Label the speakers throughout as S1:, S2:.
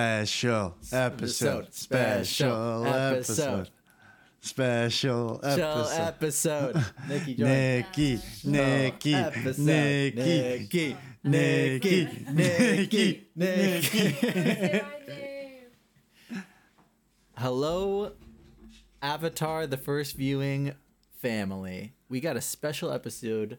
S1: Special episode. Special episode. Special
S2: Show
S1: episode.
S2: episode. Nikki Jordan.
S1: Nikki, Nikki,
S2: episode.
S1: Nikki,
S2: Nikki.
S1: Nikki, Nikki,
S2: Nikki.
S3: Nikki.
S2: Hello, Avatar: The First Viewing family. We got a special episode.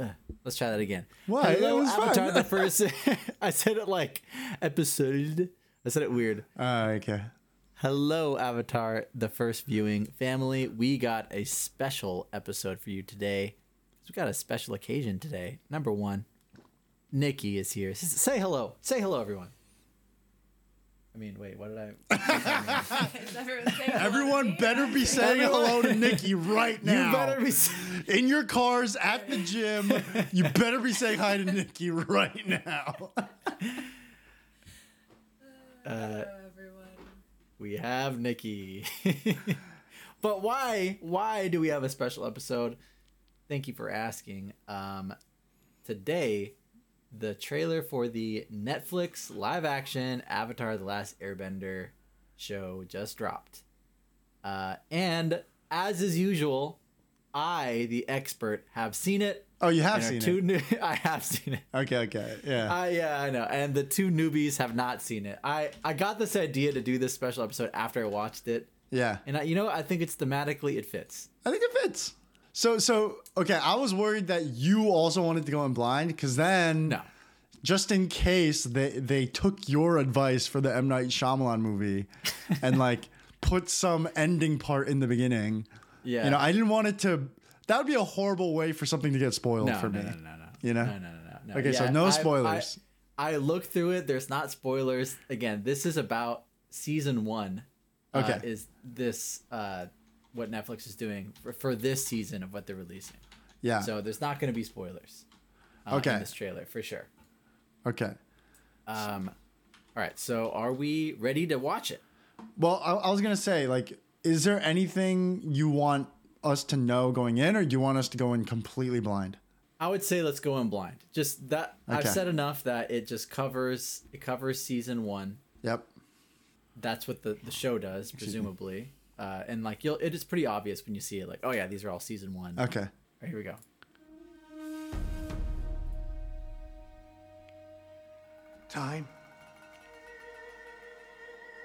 S2: Ugh, Let's try that again.
S1: Why? That
S2: Hello,
S1: was fun.
S2: Avatar: The First. I said it like episode. I said it weird.
S1: Ah, okay.
S2: Hello, Avatar, the first viewing family. We got a special episode for you today. We got a special occasion today. Number one, Nikki is here. S- Say hello. Say hello, everyone. I mean, wait, what did I?
S3: Does everyone say hello to
S1: Everyone
S3: me?
S1: better be saying hello to Nikki right now.
S2: You better be.
S1: in your cars at the gym. You better be saying hi to Nikki right now.
S2: Uh,
S3: Hello, everyone.
S2: We have Nikki. but why? Why do we have a special episode? Thank you for asking. Um, today, the trailer for the Netflix live action Avatar The Last Airbender show just dropped. Uh, and as is usual, I, the expert, have seen it.
S1: Oh, you have
S2: And our
S1: seen
S2: two
S1: it.
S2: New- I have seen it.
S1: Okay, okay, yeah.
S2: I yeah, I know. And the two newbies have not seen it. I I got this idea to do this special episode after I watched it,
S1: yeah.
S2: and I, you know, I think it's thematically it fits.
S1: I think it fits. So so okay, I was worried that you also wanted to go in blind because then
S2: No,
S1: just in case they they took your advice for the M Night Shyamalan movie and like put some ending part in the beginning.
S2: yeah,
S1: You know, I didn't want it to. That would be a horrible way for something to get spoiled
S2: no,
S1: for
S2: no,
S1: me.
S2: no, no, no,
S1: you know?
S2: no, no, no, no.
S1: Okay, so
S2: Yeah,
S1: no
S2: I-
S1: spoilers.
S2: I, I looked through it. There's not spoilers. Again, this is about season one. uh,
S1: Okay.
S2: is this uh, what Netflix is doing for, for this season of what they're releasing?
S1: yeah.
S2: So there's not going to be spoilers. Uh,
S1: Ah. Okay.
S2: in this trailer for sure.
S1: okay.
S2: Um, all right. So are we ready to watch it?
S1: Well, I, I was gonna say like, is there anything you want us to know going in, or do you want us to go in completely blind?
S2: I would say let's go in blind. Just that I've
S1: Okay.
S2: said enough that it just covers it covers season one.
S1: Yep.
S2: That's what the, the show does, presumably. Uh, and like you'll it is pretty obvious when you see it, like, oh yeah, these are all season one. All
S1: Okay.
S2: right, here we go.
S4: Time.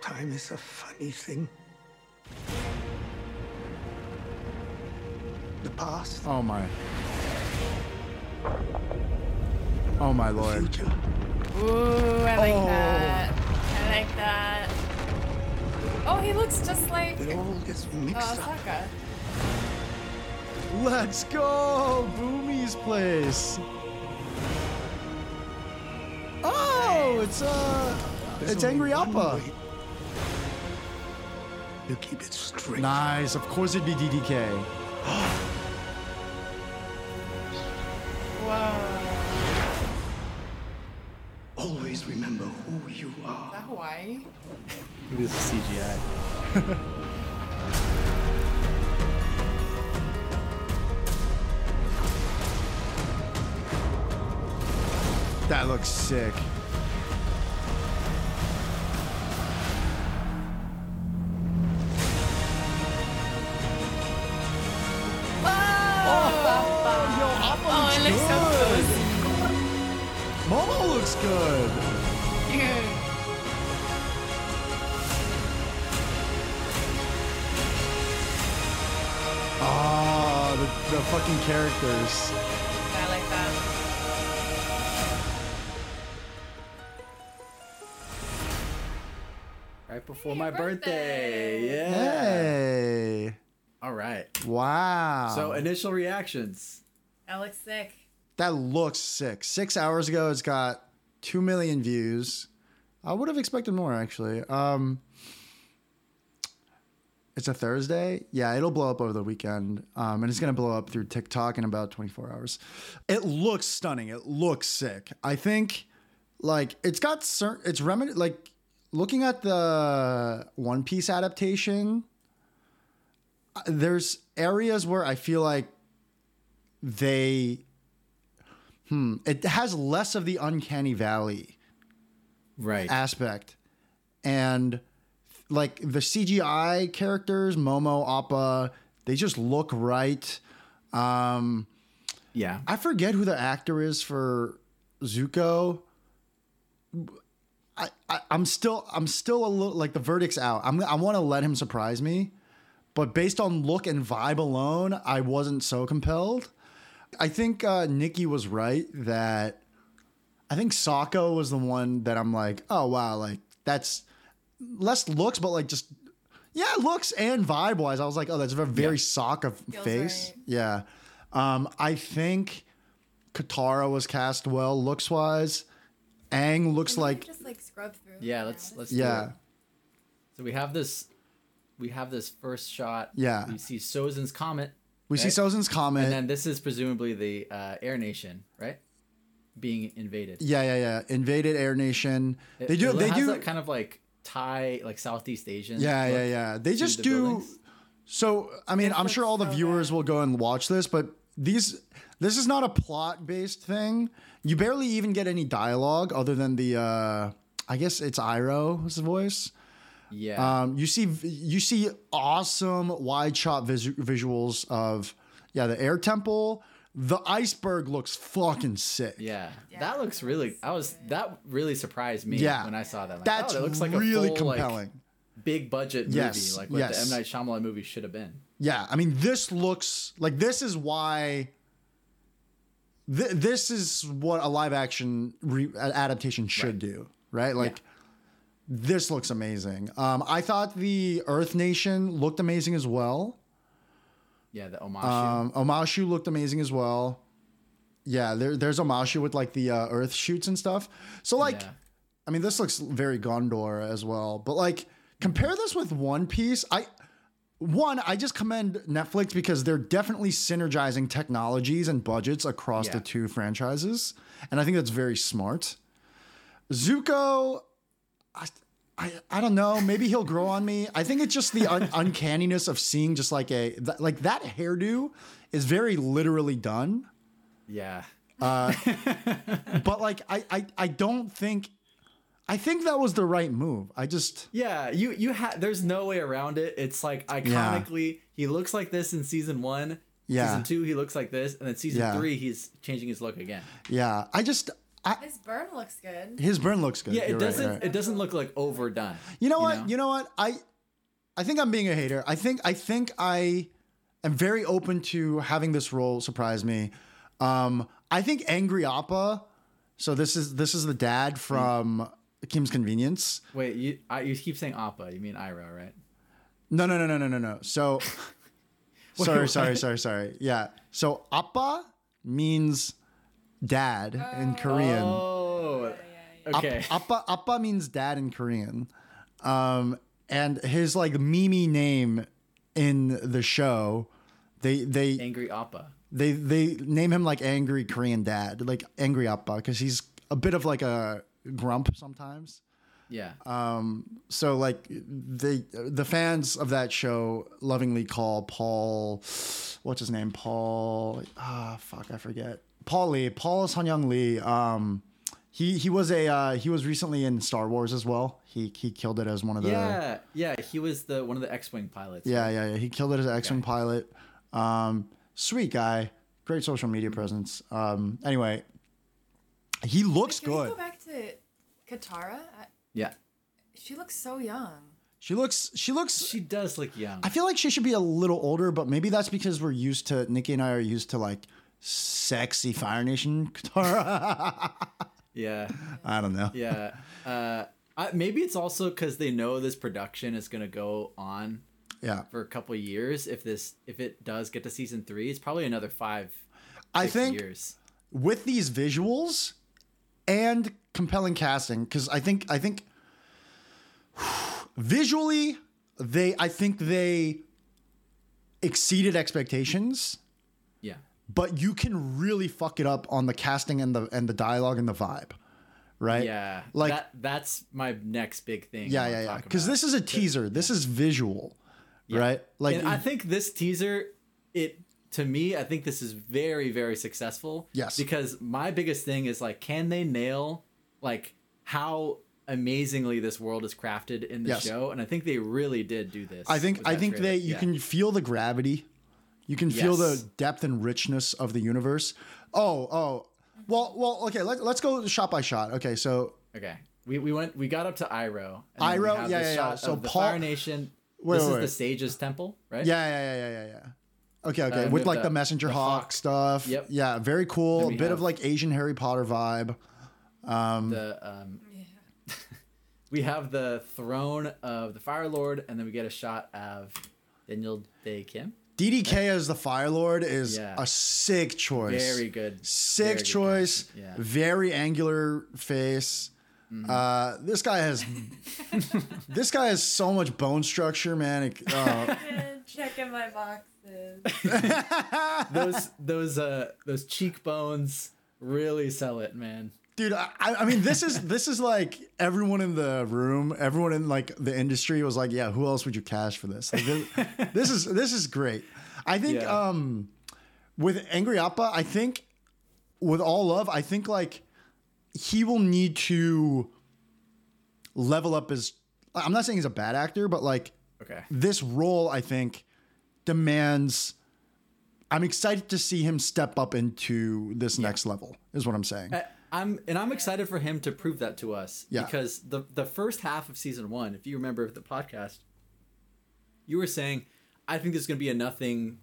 S4: Time is a funny thing. The past,
S1: Oh my. Oh my
S4: the
S1: lord.
S4: future.
S3: Ooh, I like
S1: Oh.
S3: that. I like that. Oh, he looks just like
S4: It all gets
S3: uh,
S4: mixed up.
S3: Sokka.
S1: Let's go, Boomy's place. Oh, it's uh,
S4: There's
S1: it's
S4: only
S1: Angry
S4: one
S1: Appa.
S4: way To keep it straight.
S1: Nice. Of course, it'd be DDK.
S3: Whoa.
S4: Always remember who you are.
S3: Is that Hawaii?
S2: Look at this CGI.
S1: That looks sick.
S3: Whoa! Oh,
S1: Yo, Appa
S3: it looks so
S1: good. Momo looks good.
S3: close. Dude.
S1: Ah, the, the fucking characters.
S3: I like that.
S2: Right before
S3: Hey,
S2: my
S3: your
S2: birthday. Yeah.
S3: birthday.
S1: Hey.
S2: All right.
S1: Wow.
S2: So initial reactions.
S3: That looks sick.
S1: That looks sick. Six hours ago, it's got two million views. I would have expected more, actually. Um, it's a Thursday. Yeah, it'll blow up over the weekend, um, and it's gonna blow up through TikTok in about 24 hours. It looks stunning. It looks sick. I think, like, it's got certain. It's remin like looking at the One Piece adaptation. uh, There's areas where I feel like they it has less of the uncanny valley
S2: Right.
S1: aspect and like the CGI characters, Momo, Appa, they just look right. Um,
S2: Yeah.
S1: I forget who the actor is for Zuko. I, I I'm still I'm still a little like the verdict's out. I'm I want to let him surprise me, but based on look and vibe alone, I wasn't so compelled. I think uh, Nikki was right that I think Sokka was the one that I'm like, oh wow, like that's less looks, but like just yeah, looks and vibe wise, I was like, oh, that's a very Sokka
S3: Feels
S1: face.
S3: right.
S1: Yeah, um, I think Katara was cast well looks wise. Aang looks
S3: Can we
S1: like
S3: just like scrub through.
S2: Yeah,
S3: now?
S2: let's let's do
S1: yeah,
S2: it. So we have this we have this first shot.
S1: Yeah.
S2: We see Sozin's comet.
S1: we see
S2: Right.
S1: Sozin's comment.
S2: And then this is presumably the uh, Air Nation, right? Being invaded.
S1: yeah, yeah, yeah. Invaded Air Nation.
S2: It-
S1: they do.
S2: it
S1: They
S2: has
S1: do.
S2: That kind of like Thai, like Southeast Asian.
S1: yeah, yeah,
S2: look
S1: yeah. They
S2: to
S1: just
S2: the
S1: do.
S2: buildings.
S1: So I mean,
S3: This
S1: I'm sure
S3: looks
S1: all the
S3: so
S1: viewers
S3: bad.
S1: will go and watch this, but these this is not a plot based thing. You barely even get any dialogue other than the uh, I guess it's Iroh's voice.
S2: Yeah.
S1: Um, you see you see awesome wide shot visu- visuals of yeah the air temple. The iceberg looks fucking sick.
S2: yeah.
S3: Yeah,
S2: That looks
S3: that
S2: really
S3: looks
S2: I was that really surprised me
S1: Yeah.
S2: when I saw that. Like,
S1: that's
S2: oh, that looks like
S1: really
S2: a full, like,
S1: compelling.
S2: big budget movie,
S1: Yes,
S2: like what
S1: yes.
S2: the M Night Shyamalan movie should have been.
S1: Yeah, I mean, this looks like this is why. Th- this is what a live action re- a- adaptation should do, right? Like, this looks amazing. Um, I thought the Earth Nation looked amazing as well.
S2: Yeah, the Omashu.
S1: Um, Omashu looked amazing as well. Yeah, there, there's Omashu with like the uh, Earth shoots and stuff. So like,
S2: Yeah.
S1: I mean, this looks very Gondor as well. But like, compare this with One Piece. I one, I just commend Netflix because they're definitely synergizing technologies and budgets across
S2: Yeah.
S1: the two franchises, and I think that's very smart. Zuko, I, I, I don't know. Maybe he'll grow on me. I think it's just the un- uncanniness of seeing just like a th- like that hairdo is very literally done.
S2: yeah.
S1: But like I, I I don't think I think that was the right move. I just
S2: Yeah, you you ha- there's no way around it. It's like iconically he looks like this in season 1.
S1: Yeah.
S2: Season 2 he looks like this and then season
S1: Yeah.
S2: 3 he's changing his look again.
S1: yeah. I just I,
S3: This burn looks good.
S1: his burn looks good.
S2: Yeah, it
S1: You're right,
S2: doesn't
S1: right.
S2: it doesn't look like overdone.
S1: You know what? You know? what? I I think I'm being a hater. I think I think I am very open to having this role surprise me. Um, I think Angry Appa. So this is this is the dad from Kim's Convenience.
S2: Wait, you I, you keep saying Appa, you mean Ira, right?
S1: No, no, no, no, no, no, no. So sorry, sorry, sorry, sorry. Yeah. So Appa means dad in Korean.
S2: Oh.
S1: App-
S2: Okay.
S1: Appa Appa means dad in Korean. Um, and his like mimi name in the show, they they
S2: Angry Appa.
S1: they they name him like angry Korean dad, like angry Appa, because he's a bit of like a grump sometimes.
S2: Yeah.
S1: Uh, So like they the fans of that show lovingly call Paul, what's his name? Paul. Ah, fuck, I forget. Paul Lee. Paul Sunyoung Lee. Um, he he was a uh, he was recently in Star Wars as well. He he killed it as one of the.
S2: yeah, yeah, he was the one of the X-wing pilots.
S1: Yeah, yeah, yeah. He killed it as an X-wing pilot. Um, sweet guy, great social media presence. Um, anyway, he looks
S3: Can we
S1: good.
S3: go back to Katara? I,
S2: Yeah.
S3: she looks so young.
S1: She looks she looks
S2: She does look young.
S1: I feel like she should be a little older, but maybe that's because we're used to Nikki and I are used to like sexy Fire Nation Katara.
S2: yeah.
S1: I don't know.
S2: Yeah. Uh I, maybe it's also cuz they know this production is going to go on
S1: Yeah.
S2: for a couple years if this if it does get to season 3, it's probably another 5
S1: I
S2: six
S1: think
S2: years.
S1: with these visuals and compelling casting, because I think I think visually they I think they exceeded expectations,
S2: Yeah.
S1: but you can really fuck it up on the casting and the and the dialogue and the vibe. Right?
S2: Yeah.
S1: Like-
S2: that, that's my next big thing.
S1: Yeah,
S2: I
S1: yeah,
S2: wanna
S1: yeah.
S2: talk
S1: Because
S2: about.
S1: this is a teaser. This is visual, right? Like,
S2: and I think this teaser, it to me, I think this is very, very successful.
S1: Yes.
S2: Because my biggest thing is like, can they nail like how amazingly this world is crafted in the
S1: Yes.
S2: show, and I think they really did do this.
S1: I think
S2: with
S1: I
S2: that
S1: think
S2: trailer.
S1: that you
S2: Yeah.
S1: can feel the gravity. You can feel
S2: Yes.
S1: the depth and richness of the universe. Oh, oh. Well, well, okay, let, let's go shot by shot. Okay, so
S2: Okay, we, we went we got up to Iro. and then we
S1: Iroh?
S2: have
S1: Yeah,
S2: this
S1: yeah, yeah.
S2: shot
S1: So
S2: of the
S1: Paul-
S2: Fire Nation.
S1: Wait,
S2: this
S1: wait,
S2: is
S1: wait.
S2: the Sage's temple, right?
S1: yeah, yeah, yeah, yeah, yeah, yeah. Okay, okay.
S2: and
S1: With
S2: with
S1: like the,
S2: the-
S1: messenger
S2: the
S1: hawk,
S2: hawk.
S1: stuff.
S2: Yep.
S1: Yeah, very cool.
S2: Then
S1: A
S2: we
S1: bit of
S2: have-
S1: like Asian Harry Potter vibe.
S2: The um, we have the throne of the Fire Lord, and then we get a shot of Daniel Day Kim.
S1: DDK as the Fire Lord is
S2: Yeah.
S1: a sick choice.
S2: Very good.
S1: Sick
S2: very good
S1: choice.
S2: casting, Yeah. Mm-hmm.
S1: Very angular face. Uh, this guy has this guy has so much bone structure, man. It- uh,
S3: Checking my boxes.
S2: those those uh those cheekbones really sell it, man.
S1: dude, I, I mean, this is this is like everyone in the room, everyone in like the industry was like, yeah, who else would you cast for this? Like, this, this is this is great. I think
S2: Yeah.
S1: um, with Angry Appa, I think with all love, I think like he will need to level up his. I'm not saying he's a bad actor, but like
S2: Okay.
S1: this role, I think, demands. I'm excited to see him step up into this next level. Is what I'm saying.
S2: I- I'm and I'm excited for him to prove that to us
S1: Yeah.
S2: because the the first half of season one, if you remember the podcast, you were saying, I think there's gonna be a nothing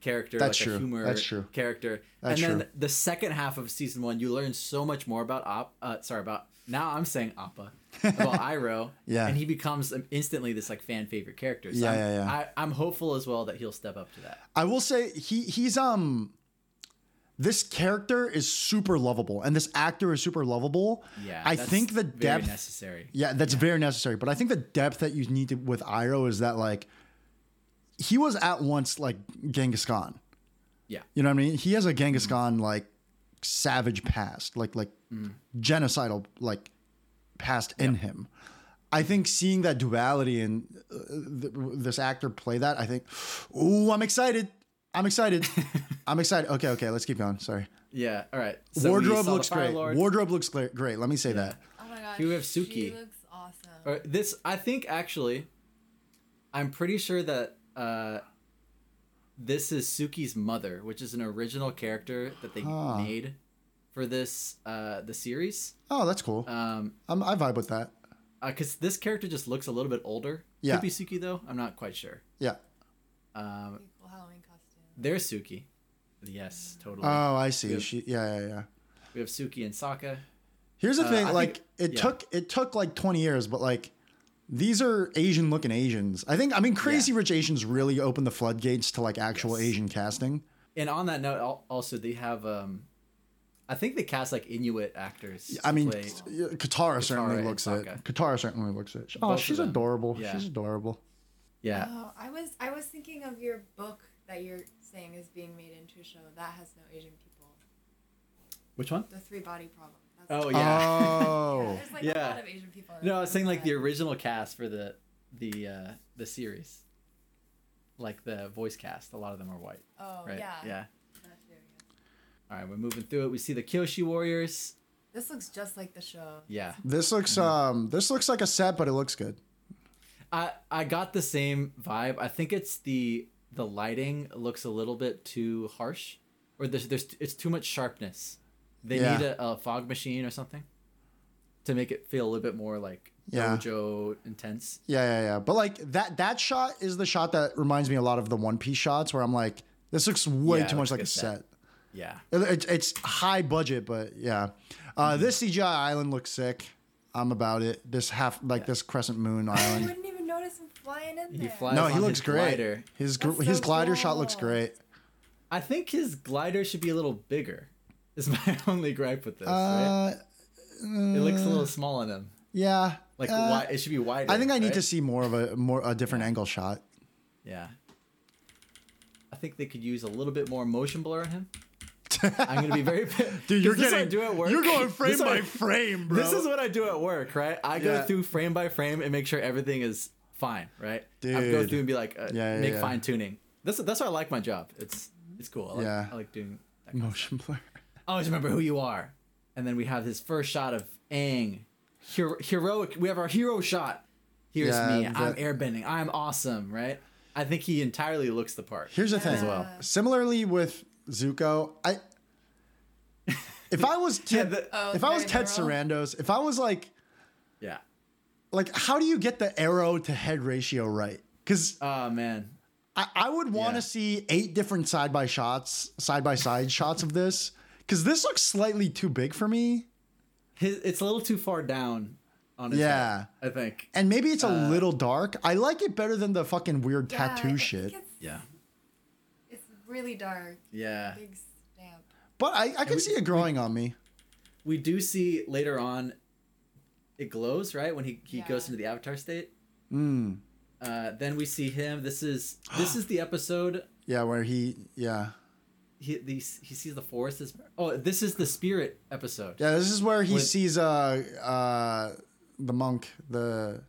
S2: character,
S1: That's
S2: like
S1: true.
S2: a humor
S1: That's true.
S2: character,
S1: That's
S2: and then
S1: true.
S2: the second half of season one, you learn so much more about Op. Uh, sorry about now I'm saying Appa about Iroh,
S1: Yeah.
S2: and he becomes instantly this like fan favorite character. So
S1: Yeah,
S2: I'm,
S1: yeah, yeah.
S2: I, I'm hopeful as well that he'll step up to that.
S1: I will say he he's um this character is super lovable and this actor is super lovable.
S2: Yeah,
S1: I
S2: that's
S1: think the
S2: very
S1: depth
S2: necessary.
S1: Yeah, that's very necessary. But I think the depth that you need to with Iroh is that like he was at once like Genghis Khan.
S2: Yeah.
S1: You know what I mean? He has a Genghis Khan like savage past, like like genocidal like past in him. I think seeing that duality and uh, th- this actor play that, I think, ooh, I'm excited. I'm excited. I'm excited. Okay, okay, let's keep going. Sorry.
S2: Yeah. All right. So we
S1: Wardrobe
S2: saw the
S1: looks
S2: Fire
S1: great.
S2: Lord.
S1: Wardrobe looks gla- great. Let me say that.
S3: Oh my gosh.
S2: Here we have
S3: She
S2: Suki.
S3: looks awesome.
S2: Or this, I think actually, I'm pretty sure that uh, this is Suki's mother, which is an original character that they
S1: Huh.
S2: made for this uh, the series.
S1: Oh, that's cool.
S2: Um,
S1: I'm, I vibe with that.
S2: because this character just looks a little bit older.
S1: Yeah.
S2: Could be Suki though. I'm not quite sure.
S1: Yeah.
S2: Um,
S3: Pretty cool Halloween costume.
S2: there's Suki. Yes, totally.
S1: Oh, I see.
S2: Good.
S1: She, yeah, yeah, yeah.
S2: we have Suki and Sokka.
S1: Here's the
S2: Uh,
S1: thing.
S2: I
S1: like,
S2: think-
S1: it
S2: yeah.
S1: took it took like 20 years, but like, these are Asian looking Asians. I think. I mean, Crazy Rich Asians really opened the floodgates to like actual
S2: Yes.
S1: Asian casting.
S2: And on that note, al- also they have. Um, I think they cast like Inuit actors. to
S1: I mean,
S2: play-
S1: Katara, certainly
S2: and
S1: looks it.
S2: Sokka.
S1: Katara certainly looks it. Oh,
S2: Both of
S1: she's
S2: them.
S1: adorable.
S2: Yeah.
S1: She's adorable.
S2: yeah.
S3: Oh, I was I was thinking of your book that you're saying is being made into a show that has no Asian people.
S2: Which one?
S3: The three body problem. That's
S2: Oh yeah.
S3: Yeah,
S1: Oh,
S3: there's like a
S2: Yeah.
S3: lot of Asian people. in
S2: No, I
S3: it.
S2: was saying like the
S3: Yeah.
S2: original cast for the the uh the series. Like the voice cast, a lot of them are white,
S3: Oh
S2: right?
S3: yeah.
S2: yeah.
S3: That's very good.
S2: All right, we're moving through it. We see the Kyoshi Warriors.
S3: This looks just like the show.
S2: Yeah.
S1: this looks
S2: Mm-hmm.
S1: um, this looks like a set, but it looks good.
S2: I I got the same vibe. I think it's the the lighting looks a little bit too harsh or there's there's it's too much sharpness. They
S1: Yeah.
S2: need a, a fog machine or something to make it feel a little bit more like
S1: Yeah.
S2: dojo intense.
S1: Yeah, yeah, yeah. But like that that shot is the shot that reminds me a lot of the One Piece shots, where I'm like, this looks way
S2: Yeah,
S1: too much
S2: looks
S1: like
S2: like
S1: a
S2: a set.
S1: set.
S2: Yeah.
S1: It, it's it's high budget, but yeah. Uh,
S2: Mm-hmm.
S1: This CGI island looks sick. I'm about it. This half like this crescent moon
S3: I
S1: island.
S3: wouldn't even notice him flying in
S2: He
S3: there.
S2: flies
S1: no,
S2: on
S1: he looks
S2: his
S1: great.
S2: glider.
S1: His gr-
S3: That's
S1: his
S3: so
S1: glider shot looks
S3: cool.
S1: great.
S2: I think his glider should be a little bigger. Is my only gripe with this. right?
S1: Uh,
S2: It looks a little small on him.
S1: yeah.
S2: Like
S1: Um, uh,
S2: why it should be wider.
S1: I think I need
S2: right?
S1: to see more of a more a different angle shot.
S2: Yeah. I think they could use a little bit more motion blur on him. I'm gonna be very.
S1: Dude, you're
S2: this is what I
S1: getting
S2: do at work.
S1: you're going frame
S2: This is
S1: by
S2: what I-
S1: frame, bro.
S2: This is what I do at work, right? I go
S1: Yeah.
S2: through frame by frame and make sure everything is fine, right? I go
S1: Dude.
S2: through and be like, uh,
S1: Yeah, yeah,
S2: make
S1: yeah.
S2: fine tuning. That's that's why I like my job. It's it's cool. I like,
S1: Yeah.
S2: I like doing. That kind of
S1: motion blur.
S2: always remember who you are. And then we have his first shot of Aang hero, heroic. We have our hero shot. Here's
S1: Yeah,
S2: me. I'm
S1: that-
S2: airbending. I'm awesome, right? I think he entirely looks the part.
S1: Here's the thing.
S2: as well.
S1: Similarly with Zuko, I if I was Ted,
S2: the-
S3: Oh,
S1: if I was
S3: very
S1: Ted
S3: neural.
S1: Sarandos, if I was like
S2: Yeah.
S1: like how do you get the arrow to head ratio right? Because
S2: Oh man.
S1: I, I would want to
S2: Yeah.
S1: see eight different side by shots, side by side shots of this. Because this looks slightly too big for me,
S2: His, it's a little too far down on his
S1: Yeah.
S2: head, I think.
S1: and maybe it's a little dark. I like it better than the fucking weird
S3: Yeah, I
S1: tattoo
S3: think
S1: shit.
S3: It's,
S2: Yeah.
S3: it's really dark.
S2: Yeah.
S3: Big stamp.
S1: But I, I can see it growing on me.
S2: We do see later on it glows, right? When he, he
S3: Yeah.
S2: goes into the avatar state.
S1: Hmm.
S2: Uh, then we see him. This is this is the episode
S1: Yeah, where he, yeah,
S2: he the, he sees the forest as oh this is the spirit episode.
S1: yeah. This is where he
S2: With-
S1: sees uh uh the monk, the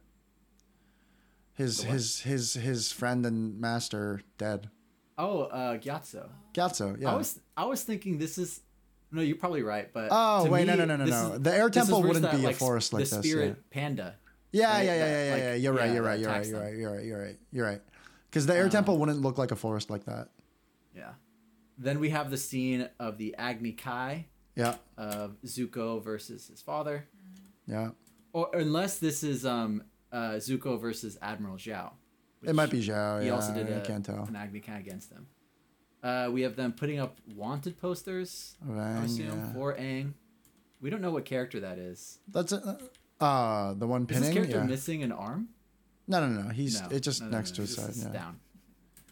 S1: his his his his friend and master dead.
S2: Oh, uh Gyatso.
S1: Gatso, yeah.
S3: Oh,
S2: I was I was thinking this is no, you're probably right, but
S1: Oh,
S2: to
S1: wait,
S2: me,
S1: no, no, no, no,
S2: this
S1: no.
S2: is-
S1: The air
S2: this is
S1: temple
S2: where
S1: wouldn't
S2: that,
S1: be a
S2: s-
S1: forest like
S2: the
S1: this,
S2: spirit
S1: yeah.
S2: panda.
S1: Yeah, yeah,
S2: right?
S1: yeah,
S2: That,
S1: yeah, yeah,
S2: like,
S1: yeah. You're right. You're right.
S2: yeah, that Um,
S1: You're right.
S2: attacks
S1: You're
S2: them.
S1: right. You're right. You're right. You're right. Because the air temple wouldn't look like a forest like that.
S2: Yeah. Then we have the scene of the Agni Kai
S1: Yeah.
S2: of Zuko versus his father,
S1: Yeah.
S2: or unless this is um uh, Zuko versus Admiral Zhao.
S1: It might be Zhao.
S2: He
S1: yeah,
S2: also did
S1: I
S2: a,
S1: can't tell.
S2: an Agni Kai against them. Uh, we have them putting up wanted posters. I
S1: Aang,
S2: assume
S1: yeah.
S2: for Aang. We don't know what character that is.
S1: That's a, uh, the one
S2: Is this
S1: pinning.
S2: character
S1: yeah.
S2: missing an arm?
S1: no, no, no. He's
S2: No,
S1: it's just
S2: no, no,
S1: next
S2: no,
S1: to his
S2: this
S1: side.
S2: is
S1: Yeah.
S2: Down.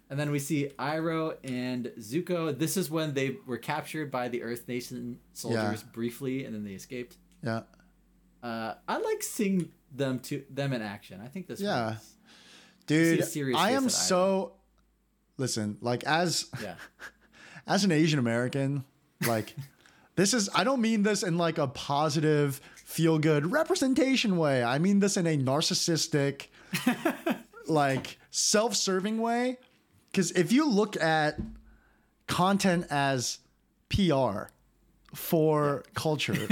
S2: And then we see Iroh and Zuko. This is when they were captured by the Earth Nation soldiers briefly, and then they escaped.
S1: Yeah.
S2: Uh, I like seeing them to them in action. I think this.
S1: Yeah.
S2: one is-
S1: Dude,
S2: serious
S1: I
S2: face
S1: am
S2: at Iroh.
S1: so. Listen, like as
S2: yeah.
S1: as an Asian American, like this is I don't mean this in like a positive feel good representation way. I mean this in a narcissistic like self-serving way cuz if you look at content as PR for culture,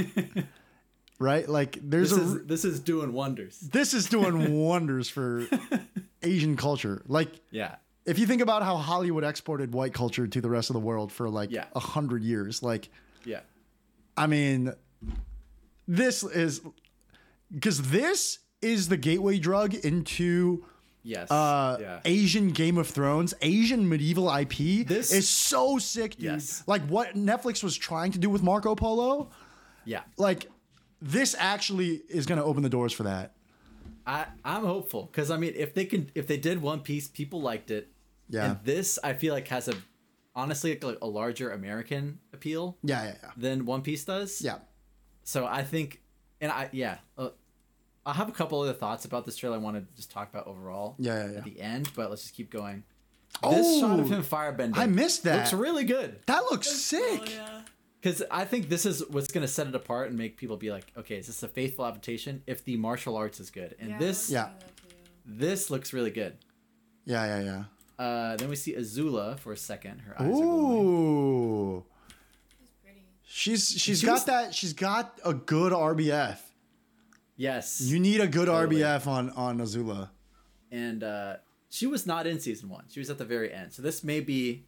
S1: right? Like there's
S2: This
S1: a
S2: is this is doing wonders.
S1: this is doing wonders for Asian culture. Like
S2: Yeah.
S1: if you think about how Hollywood exported white culture to the rest of the world for like a
S2: Yeah.
S1: hundred years, like
S2: Yeah.
S1: I mean, this is because this is the gateway drug into
S2: Yes.
S1: uh,
S2: yeah.
S1: Asian Game of Thrones, Asian medieval IP.
S2: This-
S1: is so sick, dude.
S2: Yes.
S1: Like what Netflix was trying to do with Marco Polo,
S2: yeah.
S1: like this actually is going to open the doors for that.
S2: I I'm hopeful because I mean, if they can, if they did One Piece, people liked it.
S1: Yeah.
S2: And this, I feel like, has a honestly like a larger American appeal
S1: Yeah, yeah, yeah,
S2: than One Piece does.
S1: yeah.
S2: So I think, and I yeah, uh, I have a couple other thoughts about this trailer. I want to just talk about overall.
S1: Yeah, yeah, yeah.
S2: At the end, but let's just keep going. This shot of
S1: Oh,
S2: him Oh, firebending.
S1: I missed that.
S2: Looks really good
S1: That looks sick.
S2: because I think this is what's gonna set it apart and make people be like, okay, is this a faithful adaptation? If the martial arts is good, and
S3: Yeah, I
S2: this
S1: Yeah.
S3: wanna see that too.
S2: this looks really good.
S1: yeah, yeah, yeah.
S2: Uh, then we see Azula for a second. Her eyes are glowing.
S1: Ooh.
S3: It's pretty.
S1: She's she's
S2: She
S1: got
S2: was-
S1: that she's got a good RBF.
S2: Yes.
S1: You need a good
S2: Totally.
S1: RBF on on Azula.
S2: and uh, she was not in season one. She was at the very end. So this may be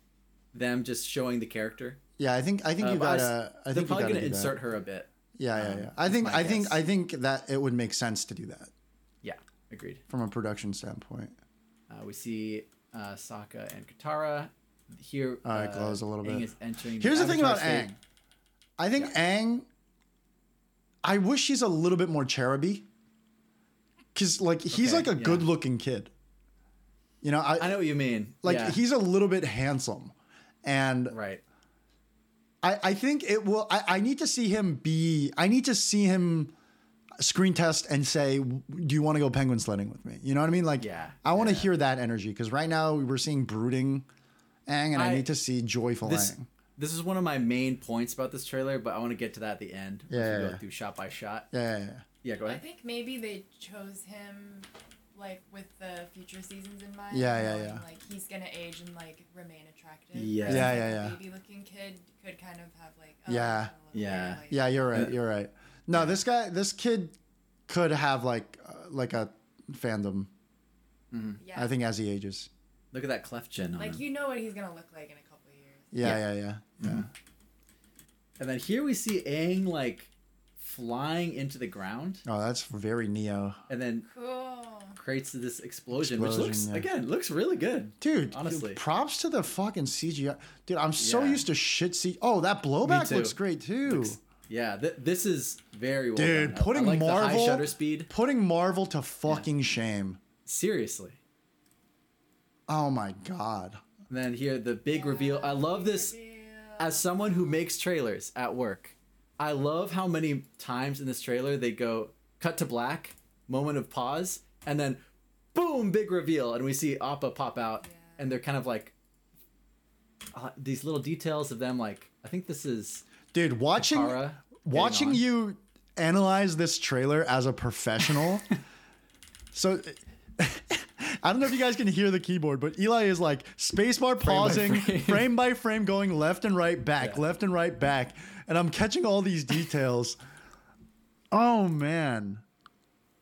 S2: them just showing the character.
S1: Yeah, I think I think
S2: Uh,
S1: you
S2: but I
S1: got
S2: s-
S1: to I
S2: They're
S1: think you
S2: probably
S1: got
S2: gonna
S1: to
S2: insert her a bit.
S1: Yeah, yeah, yeah.
S2: um,
S1: I think
S2: my
S1: I think
S2: guess.
S1: I think that it would make sense to do that
S2: Yeah, agreed.
S1: from a production standpoint.
S2: Uh, we see uh, Sokka and Katara here.
S1: Uh, it glows a little
S2: Aang
S1: bit.
S2: is entering.
S1: Here's the thing
S2: Avatar
S1: about Aang.
S2: state.
S1: I think Aang I wish she's a little bit more cheruby. Cuz like he's
S2: Okay,
S1: like a
S2: yeah.
S1: good-looking kid. You know, I,
S2: I know what you mean.
S1: like
S2: Yeah,
S1: he's a little bit handsome. And
S2: right.
S1: I, I think it will. I, I need to see him be. I need to see him screen test and say, "Do you want to go penguin sledding with me?" You know what I mean? Like,
S2: Yeah,
S1: I want to
S2: yeah.
S1: hear that energy because right now we're seeing brooding, Ang, and I,
S2: I-
S1: need to see joyful
S2: This
S1: Ang.
S2: this is one of my main points about this trailer, but I want to get to that at the end. as we
S1: Yeah, yeah,
S2: go
S1: yeah.
S2: through shot by shot.
S1: Yeah, yeah, yeah.
S2: Yeah, go
S3: I
S2: ahead.
S3: think maybe they chose him like with the future seasons in mind.
S1: Yeah, yeah,
S3: knowing,
S1: yeah.
S3: Like he's gonna age and like remain attractive.
S2: Yeah.
S1: Yeah,
S3: Like,
S1: yeah,
S3: a
S1: yeah.
S3: Baby-looking kid could kind of have like. Oh,
S1: Yeah.
S3: I kinda look
S2: Yeah.
S3: Like,
S1: Yeah, you're right. You're right. No, this guy, this kid could have like uh, like a fandom.
S3: Yeah.
S1: I think as he ages.
S2: Look at that cleft chin on
S3: Like
S2: him.
S3: you know what he's gonna look like in a couple of years.
S1: Yeah,
S2: Yeah.
S1: yeah, yeah.
S2: And then here we see Aang like flying into the ground
S1: Oh, that's very Neo,
S2: and then
S3: Cool.
S2: creates this explosion, which
S1: Explosion,
S2: looks
S1: yeah.
S2: again looks really good.
S1: dude.
S2: Honestly.
S1: props to the fucking CGI, dude. I'm so
S2: Yeah.
S1: used to shit. C- oh, that blowback
S2: too.
S1: looks great too.
S2: Yeah, th- this is very well
S1: Dude,
S2: done. I- I
S1: putting
S2: like the high
S1: Marvel-
S2: shutter speed.
S1: Putting Marvel to fucking shame.
S2: Seriously.
S1: Oh my god.
S2: And then here the big reveal. I love this as someone who makes trailers at work, I love how many times in this trailer they go cut to black, moment of pause, and then boom, big reveal, and we see Appa pop out, and they're kind of like uh, these little details of them. Like I think this is
S1: Dude, watching
S2: Kara.
S1: watching
S2: on.
S1: you analyze this trailer as a professional. so I don't know if you guys can hear the keyboard, but Eli is like spacebar pausing,
S2: frame.
S1: frame. by frame, going left and right back, left and right back, and I'm catching all these details. oh man.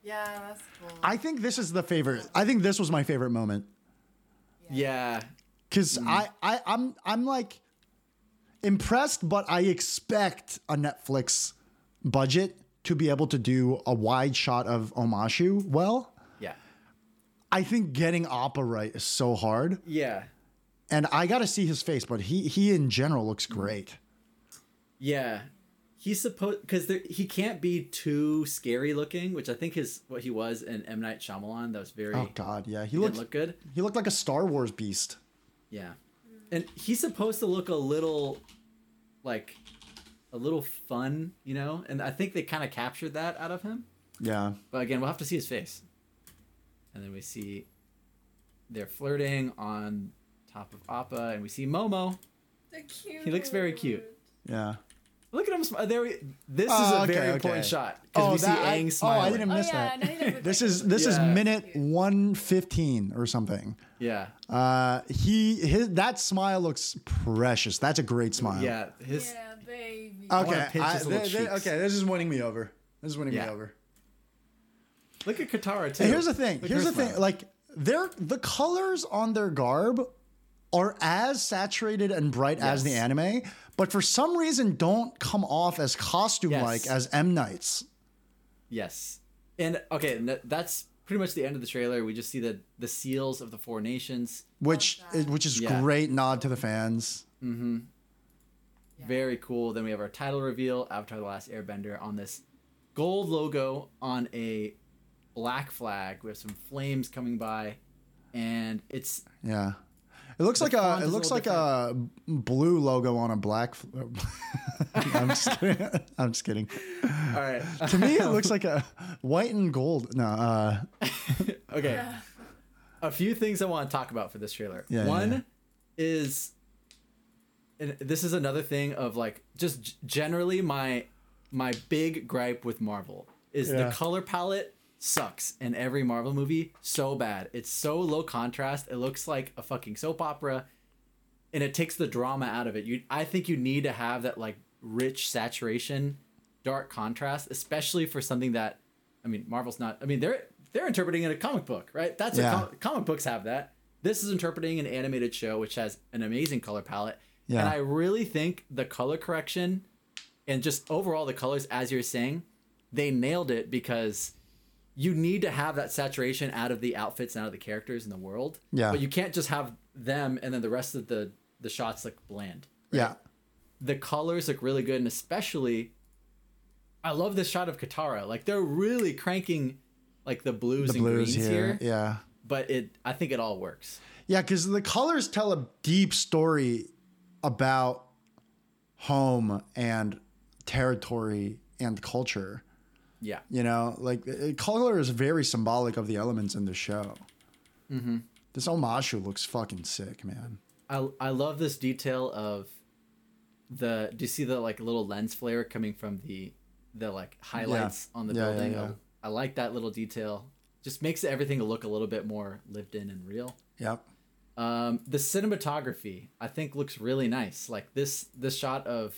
S3: Yeah, that's cool.
S1: I think this is the favorite. I think this was my favorite moment.
S2: yeah,
S1: Cause
S2: Mm.
S1: I, I I'm I'm like impressed, but I expect a Netflix budget to be able to do a wide shot of Omashu well.
S2: yeah,
S1: I think getting Appa right is so hard.
S2: yeah,
S1: And I gotta see his face, but he he in general looks great.
S2: yeah. He's supposed because he can't be too scary looking, which I think is what he was in M Night Shyamalan. That was very
S1: Oh god, yeah. He looked
S2: didn't Mm. look good.
S1: he looked like a Star Wars beast.
S2: Yeah. And he's supposed to look a little like a little fun, you know? And I think they kind of captured that out of him.
S1: Yeah.
S2: But again, we'll have to see his face. And then we see they're flirting on top of Appa and we see Momo.
S3: They're cute.
S2: He looks very cute.
S1: Yeah.
S2: Look at him smile. There we, this is a
S1: Oh, okay,
S2: very important
S1: okay.
S2: shot
S1: Oh,
S2: because we
S1: that- I-
S2: see
S1: oh, I
S2: Aang smiling.
S1: didn't
S3: Oh
S1: miss
S3: yeah,
S1: that.
S3: no, he does look
S1: This
S3: like
S1: is
S3: him.
S1: this is
S2: Yeah.
S1: minute one fifteen or something.
S2: Yeah.
S1: Uh, he his that smile looks precious. That's a great smile.
S2: Yeah. His
S3: Yeah, baby.
S2: wanna
S1: Okay.
S2: pinch
S1: I-
S2: his little
S1: th- th-
S2: cheeks.
S1: okay. This is winning me over. This is winning
S2: Yeah.
S1: me over.
S2: look at Katara too.
S1: And here's the thing.
S2: Look at
S1: here's
S2: her
S1: the thing.
S2: smile.
S1: Like they're the colors on their garb are as saturated and bright as the
S2: Yes.
S1: anime, but for some reason don't come off as costume like
S2: Yes.
S1: as M Nights.
S2: Yes. And okay, and that- that's pretty much the end of the trailer. We just see the the seals of the four nations.
S1: Which is, which is
S2: Yeah.
S1: great nod to the fans.
S2: Very cool. Then we have our title reveal, Avatar the Last Airbender on this gold logo on a black flag. We have some flames coming by and it's
S1: Yeah, it looks like
S2: font
S1: a it
S2: is a
S1: looks
S2: little
S1: like a blue logo on a black. Fl- I'm just kidding. I'm just kidding.
S2: all right.
S1: To me, it looks like a white and gold. No, uh,
S2: okay. A few things I want to talk about for this trailer.
S1: Yeah, yeah,
S2: One
S1: yeah.
S2: is and this is another thing of like just g- generally my my big gripe with Marvel is the
S1: Yeah.
S2: color palette sucks in every Marvel movie so bad. It's so low contrast. It looks like a fucking soap opera and it takes the drama out of it. You I think you need to have that like rich saturation, dark contrast, especially for something that I mean, Marvel's not I mean, they're they're interpreting it a comic book, right? That's
S1: Yeah.
S2: a com- comic books have that. This is interpreting an animated show which has an amazing color palette. And
S1: Yeah.
S2: I really think the color correction and just overall the colors as you're saying, they nailed it because you need to have that saturation out of the outfits and out of the characters in the world.
S1: Yeah.
S2: But you can't just have them and then the rest of the the shots look bland.
S1: yeah,
S2: The colors look really good and especially I love this shot of Katara. Like they're really cranking like the blues
S1: the
S2: and
S1: blues
S2: greens here,
S1: here. Yeah,
S2: but it I think it all works.
S1: yeah, because the colors tell a deep story about home and territory and culture.
S2: Yeah.
S1: You know, like uh, color is very symbolic of the elements in the show.
S2: Mm-hmm.
S1: This Omashu looks fucking sick, man.
S2: I I love this detail of the do you see the like little lens flare coming from the the like highlights on the
S1: Yeah, yeah,
S2: building? Oh,
S1: yeah.
S2: I, I like that little detail. Just makes everything look a little bit more lived in and real.
S1: Yep.
S2: Um, the cinematography I think looks really nice. Like this this shot of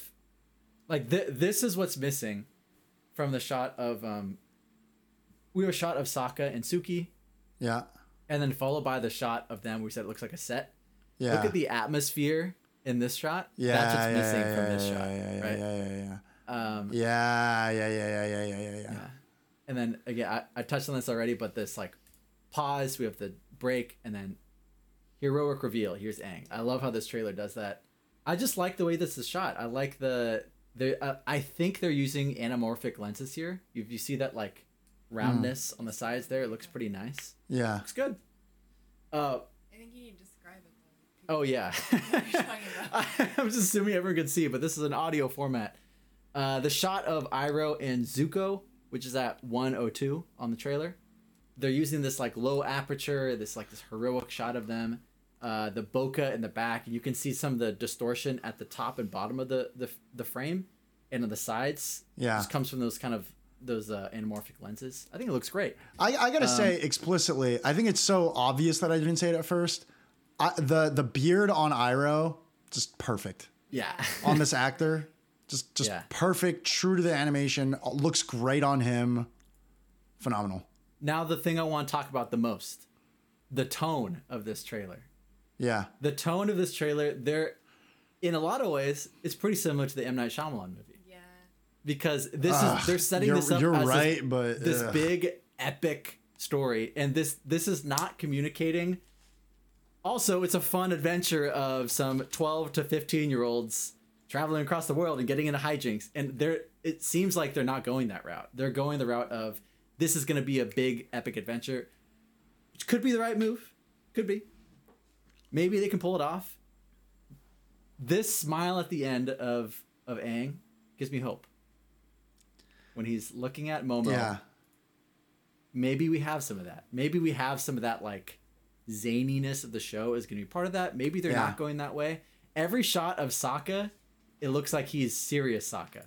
S2: like th- this is what's missing from the shot of um we have a shot of Sokka and Suki,
S1: Yeah.
S2: and then followed by the shot of them. We said it looks like a set.
S1: Yeah.
S2: Look at the atmosphere in this shot.
S1: yeah,
S2: That's what's
S1: yeah,
S2: missing
S1: yeah,
S2: from
S1: yeah,
S2: this
S1: yeah,
S2: shot,
S1: Yeah, yeah,
S2: right?
S1: yeah, yeah, yeah.
S2: Um,
S1: Yeah, yeah, yeah, yeah, yeah, yeah, yeah, yeah.
S2: and then again, I, I touched on this already, but this like pause, we have the break, and then heroic reveal. Here's Aang. I love how this trailer does that. I just like the way this is shot. I like the the. Uh, I think they're using anamorphic lenses here. If you see that like roundness
S1: Mm.
S2: on the sides there, it looks pretty nice.
S1: Yeah.
S2: Looks good. Uh,
S3: I think you need to describe it though.
S2: Oh yeah. I'm just assuming everyone could see, but this is an audio format. Uh, the shot of Iroh and Zuko, which is at 102 on the trailer. They're using this like low aperture, this like this heroic shot of them. Uh, the bokeh in the back, you can see some of the distortion at the top and bottom of the the, the frame, and on the sides.
S1: Yeah.
S2: just comes from those kind of those uh, anamorphic lenses. I think it looks great.
S1: I, I
S2: Um,
S1: gotta say explicitly, I think it's so obvious that I didn't say it at first. I, the the beard on Iroh, just perfect
S2: Yeah,
S1: on this actor, just just
S2: Yeah.
S1: perfect, true to the animation. Looks great on him, phenomenal.
S2: Now the thing I want to talk about the most, the tone of this trailer.
S1: Yeah,
S2: The tone of this trailer, there, in a lot of ways, it's pretty similar to the M Night Shyamalan movie
S3: Yeah.
S2: because this
S1: Ugh,
S2: is they're setting
S1: Ah, you're,
S2: this up
S1: You're
S2: as this-
S1: right, but
S2: this,
S1: ugh.
S2: big epic story, and this this is not communicating. Also, it's a fun adventure of some twelve to fifteen year olds traveling across the world and getting into hijinks, and they're it seems like they're not going that route. They're going the route of this is going to be a big epic adventure, which could be the right move, could be. Maybe they can pull it off. This smile at the end of of Aang gives me hope. When he's looking at Momo,
S1: yeah,
S2: maybe we have some of that. Maybe we have some of that like zaniness of the show is going to be part of that. Maybe they're
S1: Yeah.
S2: not going that way. Every shot of Sokka, it looks like he's serious Sokka,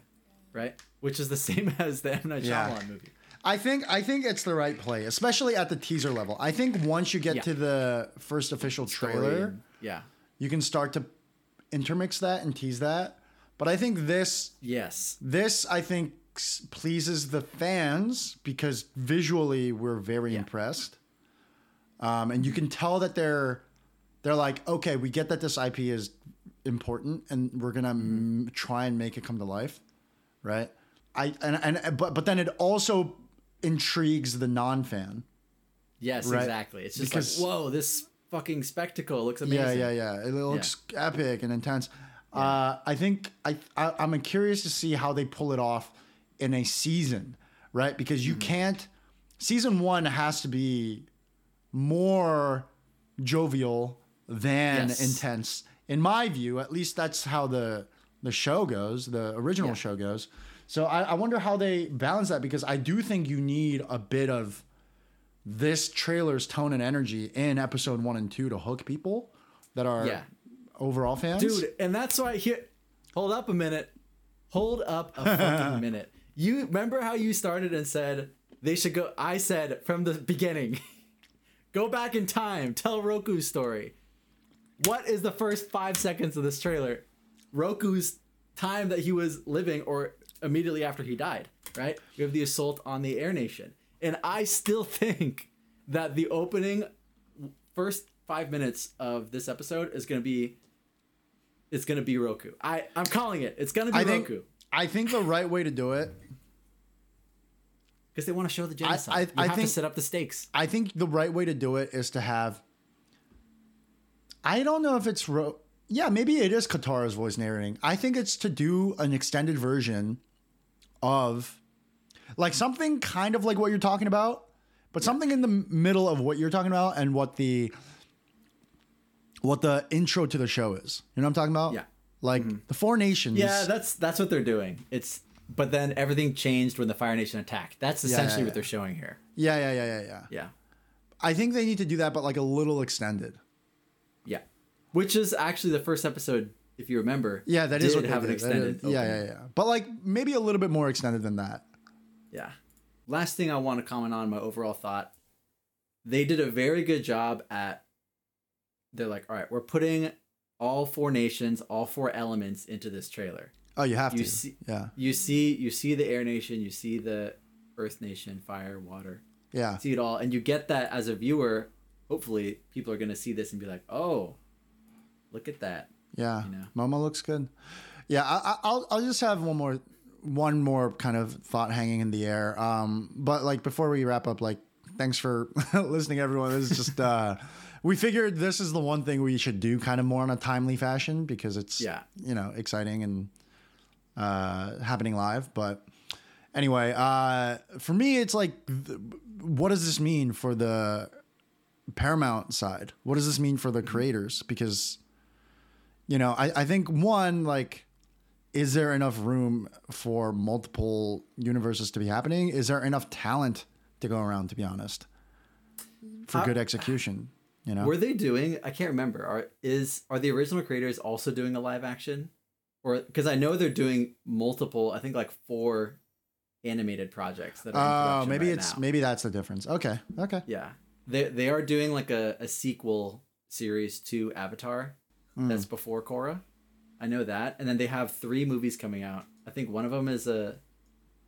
S2: right? Which is the same as the M Night Shyamalan
S1: Yeah.
S2: movie.
S1: I think I think it's the right play, especially at the teaser level. I think once you get
S2: Yeah.
S1: to the first official trailer,
S2: Or- Yeah.
S1: you can start to intermix that and tease that. But I think this
S2: Yes.
S1: this I think s- pleases the fans because visually we're very impressed, um, and you can tell that they're they're like, okay, we get that this IP is important, and we're gonna m- try and make it come to life, right? I and and but but then it also intrigues the non fan.
S2: Yes.
S1: Right.
S2: Exactly. It's just
S1: Because-
S2: like whoa, this fucking spectacle looks amazing.
S1: Yeah, yeah, yeah. It looks epic and intense. Uh, I think I, I I'm curious to see how they pull it off in a season, right? Because you
S2: Mm-hmm.
S1: can't. Season one has to be more jovial than
S2: Yes.
S1: intense, in my view. At least that's how the the show goes, the original
S2: Yeah.
S1: show goes. So I, I wonder how they balance that because I do think you need a bit of this trailer's tone and energy in episode one and two to hook people that are
S2: Yeah.
S1: overall fans.
S2: dude and that's why here hold up a minute hold up a fucking minute you remember how you started and said they should go i said from the beginning go back in time tell roku's story what is the first five seconds of this trailer roku's time that he was living or immediately after he died right we have the assault on the air nation and i still think that the opening first five minutes of this episode is going to be it's going to be Roku. I I'm calling it. It's going to be
S1: I think
S2: Roku
S1: I think the right way to do it.
S2: because they want to show the genocide.
S1: I-
S2: you
S1: I
S2: have
S1: think-
S2: to set up the stakes.
S1: I think the right way to do it is to have. I don't know if it's ro- yeah maybe it is Katara's voice narrating. I think it's to do an extended version of like something kind of like what you're talking about, but something in the middle of what you're talking about and what the what the intro to the show is. You know what I'm talking about?
S2: Yeah. Mm-hmm.
S1: Like the Four Nations.
S2: Yeah, that's that's what they're doing. It's but then everything changed when the Fire Nation attacked. That's
S1: yeah,
S2: essentially
S1: yeah.
S2: what they're showing here.
S1: yeah, yeah, yeah, yeah, yeah.
S2: Yeah.
S1: I think they need to do that, but like a little extended.
S2: Yeah. Which is actually the first episode if you remember.
S1: Yeah, that
S2: did
S1: is what they
S2: have an
S1: did. That is-
S2: extended.
S1: yeah, yeah,
S2: opening.
S1: yeah. But like maybe a little bit more extended than that.
S2: Yeah. Last thing I want to comment on my overall thought. They did a very good job at they're like, all right, we're putting all four nations, all four elements into this trailer.
S1: Oh, you have
S2: You
S1: to.
S2: see-
S1: yeah,
S2: You see you see the air nation, you see the earth nation, fire, water.
S1: Yeah.
S2: see it all and you get that as a viewer hopefully people are going to see this and be like oh look at that
S1: Yeah,
S2: you know?
S1: Momo looks good. Yeah, I, I- I'll I'll just have one more one more kind of thought hanging in the air. Um, but like before we wrap up, like thanks for listening, everyone. This is just uh, we figured this is the one thing we should do kind of more on a timely fashion because it's
S2: Yeah.
S1: you know exciting and uh, happening live. But anyway, uh, for me, it's like, th- what does this mean for the Paramount side? What does this mean for
S2: Mm-hmm.
S1: the creators? Because you know, I, I think one, like, is there enough room for multiple universes to be happening? Is there enough talent to go around, to be honest, for
S2: Uh,
S1: good execution? You know,
S2: were they doing i can't remember are is are the original creators also doing a live action or because i know they're doing multiple i think like four animated projects that
S1: oh,
S2: are in production
S1: maybe
S2: right
S1: it's
S2: now.
S1: maybe that's the difference. Okay, okay,
S2: yeah they, they are doing like a, a sequel series to avatar
S1: Hmm.
S2: that's before korra i know that and then they have three movies coming out i think one of them is a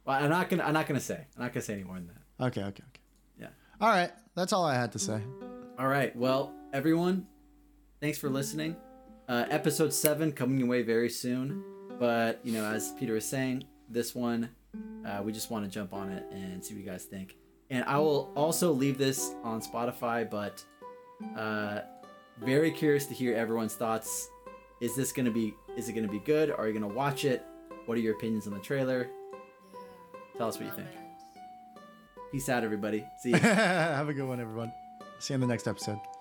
S2: well i'm not gonna i'm not gonna say i'm not gonna say any more than that
S1: okay, okay, okay.
S2: Yeah. Mm-hmm.
S1: All right, that's all I had to say.
S2: all right well everyone thanks for listening uh, episode 7 coming your way very soon but you know as peter was saying this one uh, we just want to jump on it and see what you guys think and i will also leave this on spotify but uh, very curious to hear everyone's thoughts is this gonna be is it gonna be good are you gonna watch it what are your opinions on the trailer tell us what you think peace out everybody see you
S1: have a good one, everyone. See you in the next episode.